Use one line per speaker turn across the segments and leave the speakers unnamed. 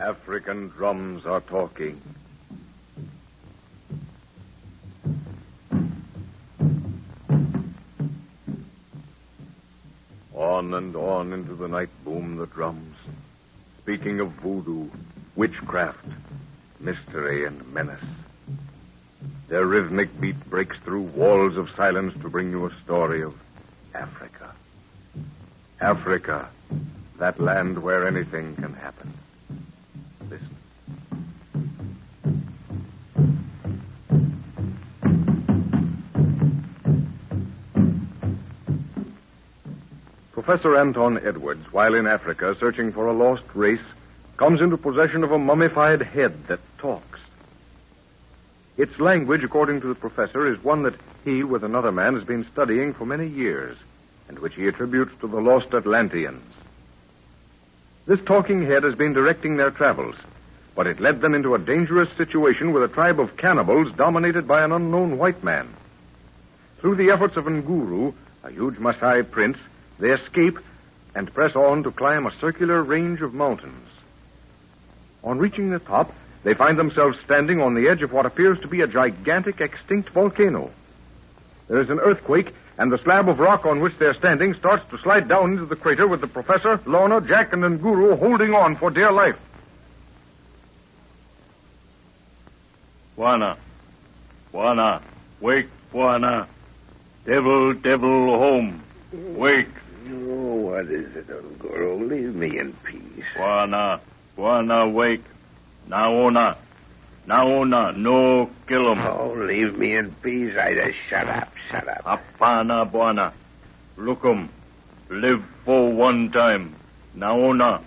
African drums are talking. On and on into the night boom the drums, speaking of voodoo, witchcraft, mystery, and menace. Their rhythmic beat breaks through walls of silence to bring you a story of Africa. Africa, that land where anything can happen. Listen. Professor Anton Edwards, while in Africa searching for a lost race, comes into possession of a mummified head that talks. Its language, according to the professor, is one that he, with another man, has been studying for many years, and which he attributes to the lost Atlanteans. This talking head has been directing their travels, but it led them into a dangerous situation with a tribe of cannibals dominated by an unknown white man. Through the efforts of Nguru, a huge Maasai prince, they escape and press on to climb a circular range of mountains. On reaching the top, they find themselves standing on the edge of what appears to be a gigantic extinct volcano. There is an earthquake, and the slab of rock on which they're standing starts to slide down into the crater with the professor, Lorna, Jack, and Nguru holding on for dear life.
Bwana. Bwana. Wake, Bwana. Devil, devil, home. Wake,
Oh, what is it, Ungoro? Leave me in peace.
Bwana. Bwana, wake. Naona. Naona. No, kill him.
Oh, leave me in peace. I just shut up, shut up.
Apana, Bwana. Look 'em. Live for one time. Naona.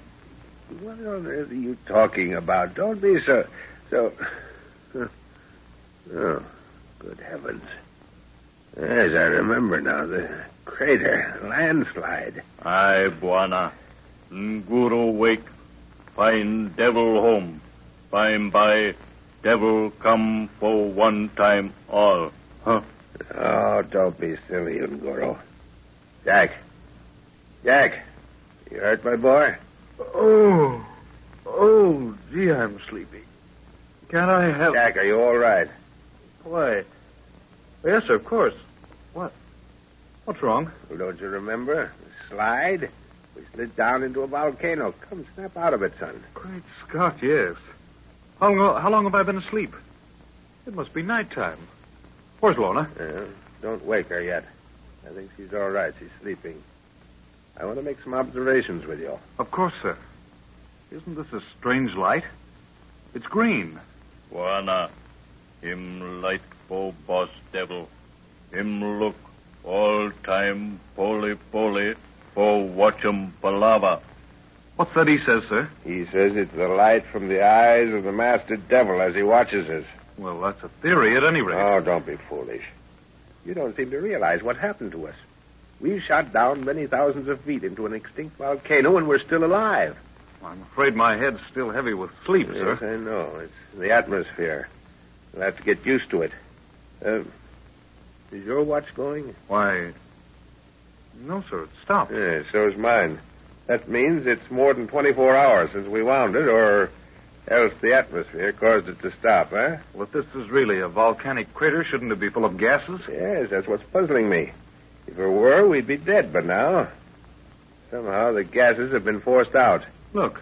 What on earth are you talking about? Don't be so, so. Oh, good heavens! As I remember now, the crater landslide.
Aye, Bwana. Nguru, wake. Find devil home. By by, devil come for one time all. Huh?
Oh, don't be silly, Ungoro. Jack, Jack, you hurt my boy?
Oh, oh, gee, I'm sleepy. Can I have?
Jack, are you all right?
Why? Yes, sir, of course. What? What's wrong?
Well, don't you remember? The slide? We slid down into a volcano. Come, snap out of it, son.
Great Scott, yes. How long, uh, how long have I been asleep? It must be nighttime. Where's Lorna?
Yeah, don't wake her yet. I think she's all right. She's sleeping. I want to make some observations with you.
Of course, sir. Isn't this a strange light? It's green.
Bwana. Him light for boss devil. Him look all time poly poly for watchem palava.
What's that he says, sir?
He says it's the light from the eyes of the master devil as he watches us.
Well, that's a theory at any rate.
Oh, don't be foolish. You don't seem to realize what happened to us. We shot down many thousands of feet into an extinct volcano, and we're still alive.
I'm afraid my head's still heavy with sleep,
Yes,
sir.
I know. It's the atmosphere. We'll have to get used to it. Uh, is your watch going?
Why? No, sir, it stopped.
Yeah, so is mine. That means it's more than 24 hours since we wound it, or else the atmosphere caused it to stop, huh?
Well, if this is really a volcanic crater, shouldn't it be full of gases?
Yes, that's what's puzzling me. If it were, we'd be dead by now. Somehow the gases have been forced out.
Look,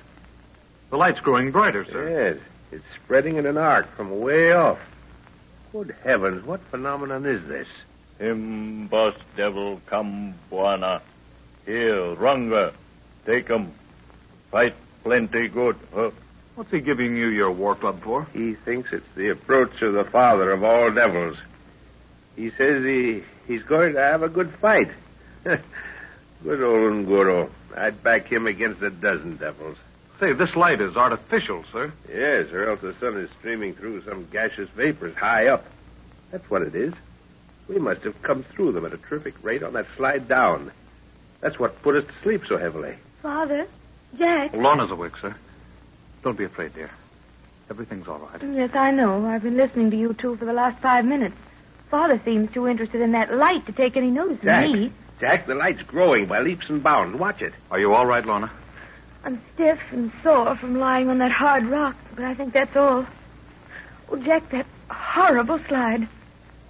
the light's growing brighter, sir.
Yes, it's spreading in an arc from way off. Good heavens, what phenomenon is this?
Him boss devil come Bwana. Here, Runga. Take 'em. Fight plenty good. Huh?
What's he giving you your war club for?
He thinks it's the approach of the father of all devils. He says he, he's going to have a good fight. good old Nguru. I'd back him against a dozen devils.
Say, this light is artificial, sir.
Yes, or else the sun is streaming through some gaseous vapors high up. That's what it is. We must have come through them at a terrific rate on that slide down. That's what put us to sleep so heavily.
Father? Jack?
Lorna's awake, sir. Don't be afraid, dear. Everything's all right.
Yes, I know. I've been listening to you two for the last five minutes. Father seems too interested in that light to take any notice of
Jack,
me.
Jack, the light's growing by leaps and bounds. Watch it.
Are you all right, Lorna?
I'm stiff and sore from lying on that hard rock, but I think that's all. Oh, Jack, that horrible slide.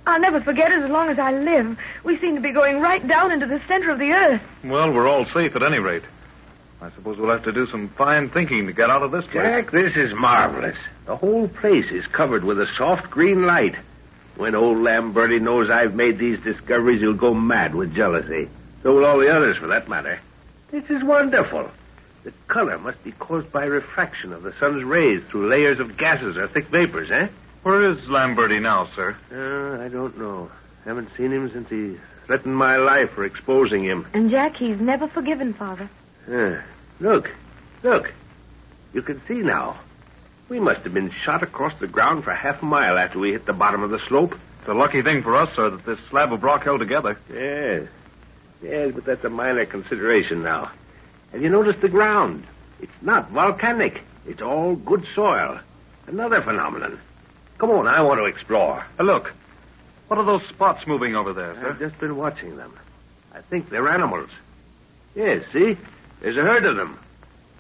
I'll never forget it as long as I live. We seem to be going right down into the center of the earth.
Well, we're all safe at any rate. I suppose we'll have to do some fine thinking to get out of this place.
Jack, this is marvelous. The whole place is covered with a soft green light. When old Lamberty knows I've made these discoveries, he'll go mad with jealousy. So will all the others, for that matter. This is wonderful. The color must be caused by refraction of the sun's rays through layers of gases or thick vapors, eh?
Where is Lamberty now, sir?
Uh, I don't know. Haven't seen him since he threatened my life for exposing him.
And Jack, he's never forgiven Father.
Uh, look, look. You can see now. We must have been shot across the ground for half a mile after we hit the bottom of the slope.
It's a lucky thing for us, sir, that this slab of rock held together.
Yes. Yes, but that's a minor consideration now. Have you noticed the ground? It's not volcanic. It's all good soil. Another phenomenon. Come on, I want to explore.
Uh, look. What are those spots moving over there, sir?
I've just been watching them. I think they're animals. Yes, see? There's a herd of them.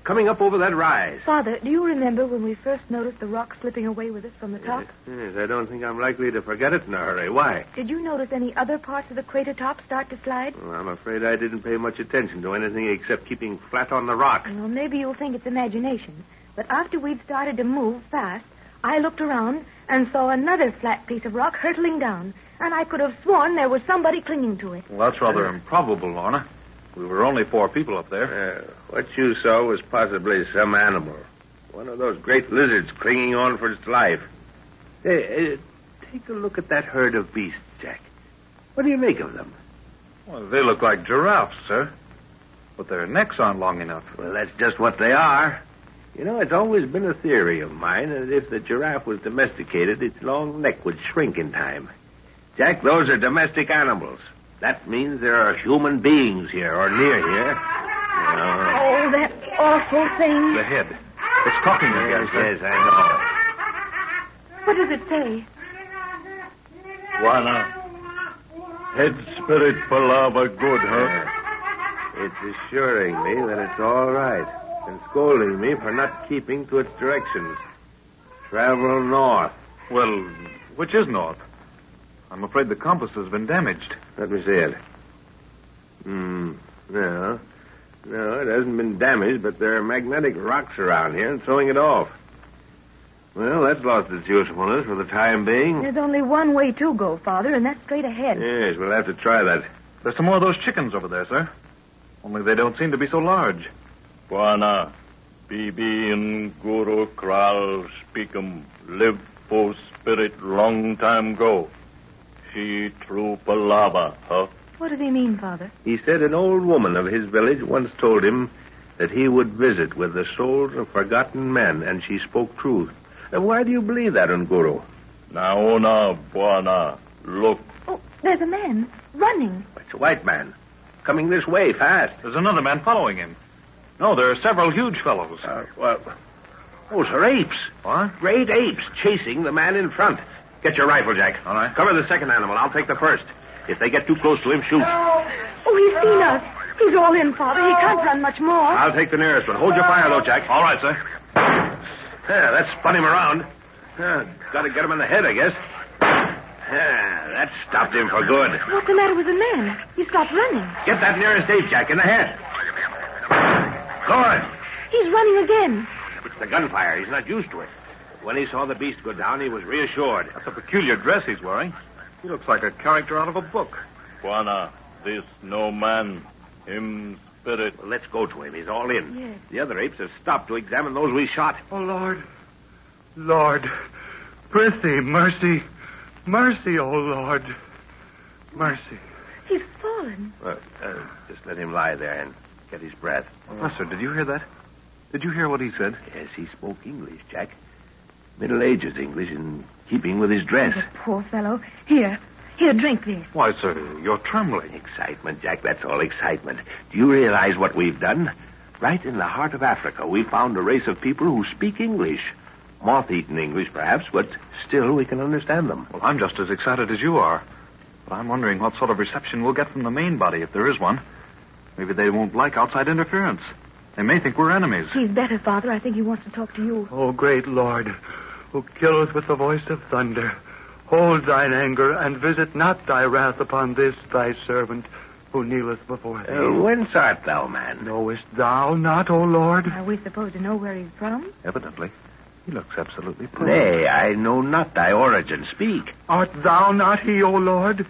Coming up over that rise.
Father, do you remember when we first noticed the rock slipping away with us from the top?
Yes, I don't think I'm likely to forget it in a hurry. Why?
Did you notice any other parts of the crater top start to slide?
Well, I'm afraid I didn't pay much attention to anything except keeping flat on the rock.
Well, maybe you'll think it's imagination, but after we'd started to move fast, I looked around and saw another flat piece of rock hurtling down, and I could have sworn there was somebody clinging to it.
Well, that's rather improbable, Lorna. We were only four people up there.
Uh, what you saw was possibly some animal. One of those great lizards clinging on for its life. Hey, uh, take a look at that herd of beasts, Jack. What do you make of them?
Well, they look like giraffes, sir. But their necks aren't long enough.
Well, that's just what they are. You know, it's always been a theory of mine that if the giraffe was domesticated, its long neck would shrink in time. Jack, those are domestic animals. That means there are human beings here or near here. No.
Oh, that awful thing.
The head. It's talking again,
Yes,
sir.
yes, I
What does it say?
Juana, head spirit for lava good, huh?
know. It's assuring me that it's all right and scolding me for not keeping to its directions. Travel north.
Well, which is north? I'm afraid the compass has been damaged.
Let me see it. Hmm. No. No, it hasn't been damaged, but there are magnetic rocks around here and throwing it off. Well, that's lost its usefulness for the time being.
There's only one way to go, Father, and that's straight ahead.
Yes, we'll have to try that.
There's some more of those chickens over there, sir. Only they don't seem to be so large.
Guana, Bibi and Guru Kral speakum lived for spirit long time go. She true for lava, huh?
What does he mean, Father?
He said an old woman of his village once told him that he would visit with the souls of forgotten men, and she spoke truth. Uh, Why do you believe that, Unguru?
Naona Buana, look,
Oh, there's a man running.
It's a white man coming this way fast.
There's another man following him. No, there are several huge fellows.
Uh, well, those are apes.
What?
Great apes chasing the man in front. Get your rifle, Jack.
All right.
Cover the second animal. I'll take the first. If they get too close to him, shoot.
Oh, he's seen us. He's all in, Father. He can't run much more.
I'll take the nearest one. Hold your fire, though, Jack.
All right, sir.
Yeah, that spun him around. Yeah, got to get him in the head, I guess. Yeah, that stopped him for good.
What's the matter with the man? He stopped running.
Get that nearest ape, Jack, in the head. Lord,
He's running again.
it's the gunfire. He's not used to it. When he saw the beast go down, he was reassured.
That's a peculiar dress he's wearing. He looks like a character out of a book.
Guana, this no man, him spirit.
Well, let's go to him. He's all in.
Yes.
The other apes have stopped to examine those we shot.
Oh, Lord. Lord. Prithee, mercy. Mercy, oh, Lord. Mercy.
He's fallen.
Uh, uh, just let him lie there and get his breath.
Professor, did you hear that? Did you hear what he said?
Yes, he spoke English, Jack. Middle Ages English in keeping with his dress.
The poor fellow. Here. Here, drink this.
Why, sir, you're trembling.
Excitement, Jack. That's all excitement. Do you realize what we've done? Right in the heart of Africa, we found a race of people who speak English. Moth eaten English, perhaps, but still we can understand them.
Well, I'm just as excited as you are. But I'm wondering what sort of reception we'll get from the main body, if there is one. Maybe they won't like outside interference. They may think we're enemies.
He's better, Father. I think he wants to talk to you.
O great Lord, who killeth with the voice of thunder, hold thine anger, and visit not thy wrath upon this thy servant who kneeleth before thee.
Uh, whence art thou, man?
Knowest thou not, O Lord?
Are we supposed to know where he's from?
Evidently. He looks absolutely poor.
Nay, I know not thy origin. Speak.
Art thou not he, O Lord?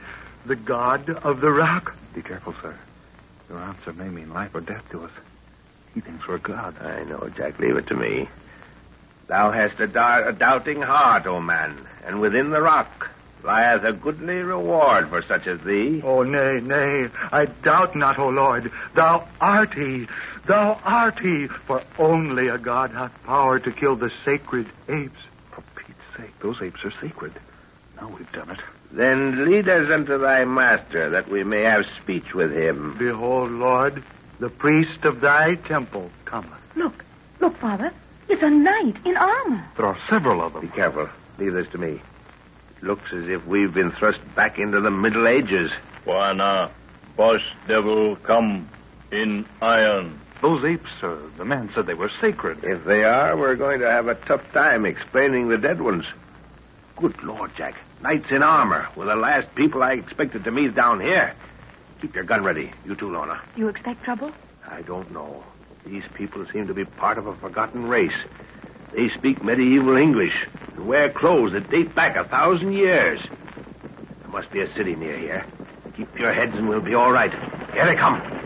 The God of the rock?
Be careful, sir. Your answer may mean life or death to us. He thinks we're Uh, gods.
I know, Jack. Leave it to me. Thou hast a, dar- a doubting heart, O man, and within the rock lieth a goodly reward for such as thee.
Oh, nay, nay, I doubt not, O Lord. Thou art he. Thou art he. For only a God hath power to kill the sacred apes.
For Pete's sake, those apes are sacred. Now we've done it.
Then lead us unto thy master, that we may have speech with him.
Behold, Lord, the priest of thy temple cometh.
Look. Look, Father. It's a knight in armor.
There are several of
Be
them.
careful. Leave this to me. It looks as if we've been thrust back into the Middle Ages.
Juana, boss devil come in iron.
Those apes, sir. The man said they were sacred.
If they are, we're going to have a tough time explaining the dead ones. Good Lord, Jack. Knights in armor were the last people I expected to meet down here. Keep your gun ready. You too, Lona.
You expect trouble?
I don't know. These people seem to be part of a forgotten race. They speak medieval English and wear clothes that date back a thousand years. There must be a city near here. Keep your heads and we'll be all right. Here they come.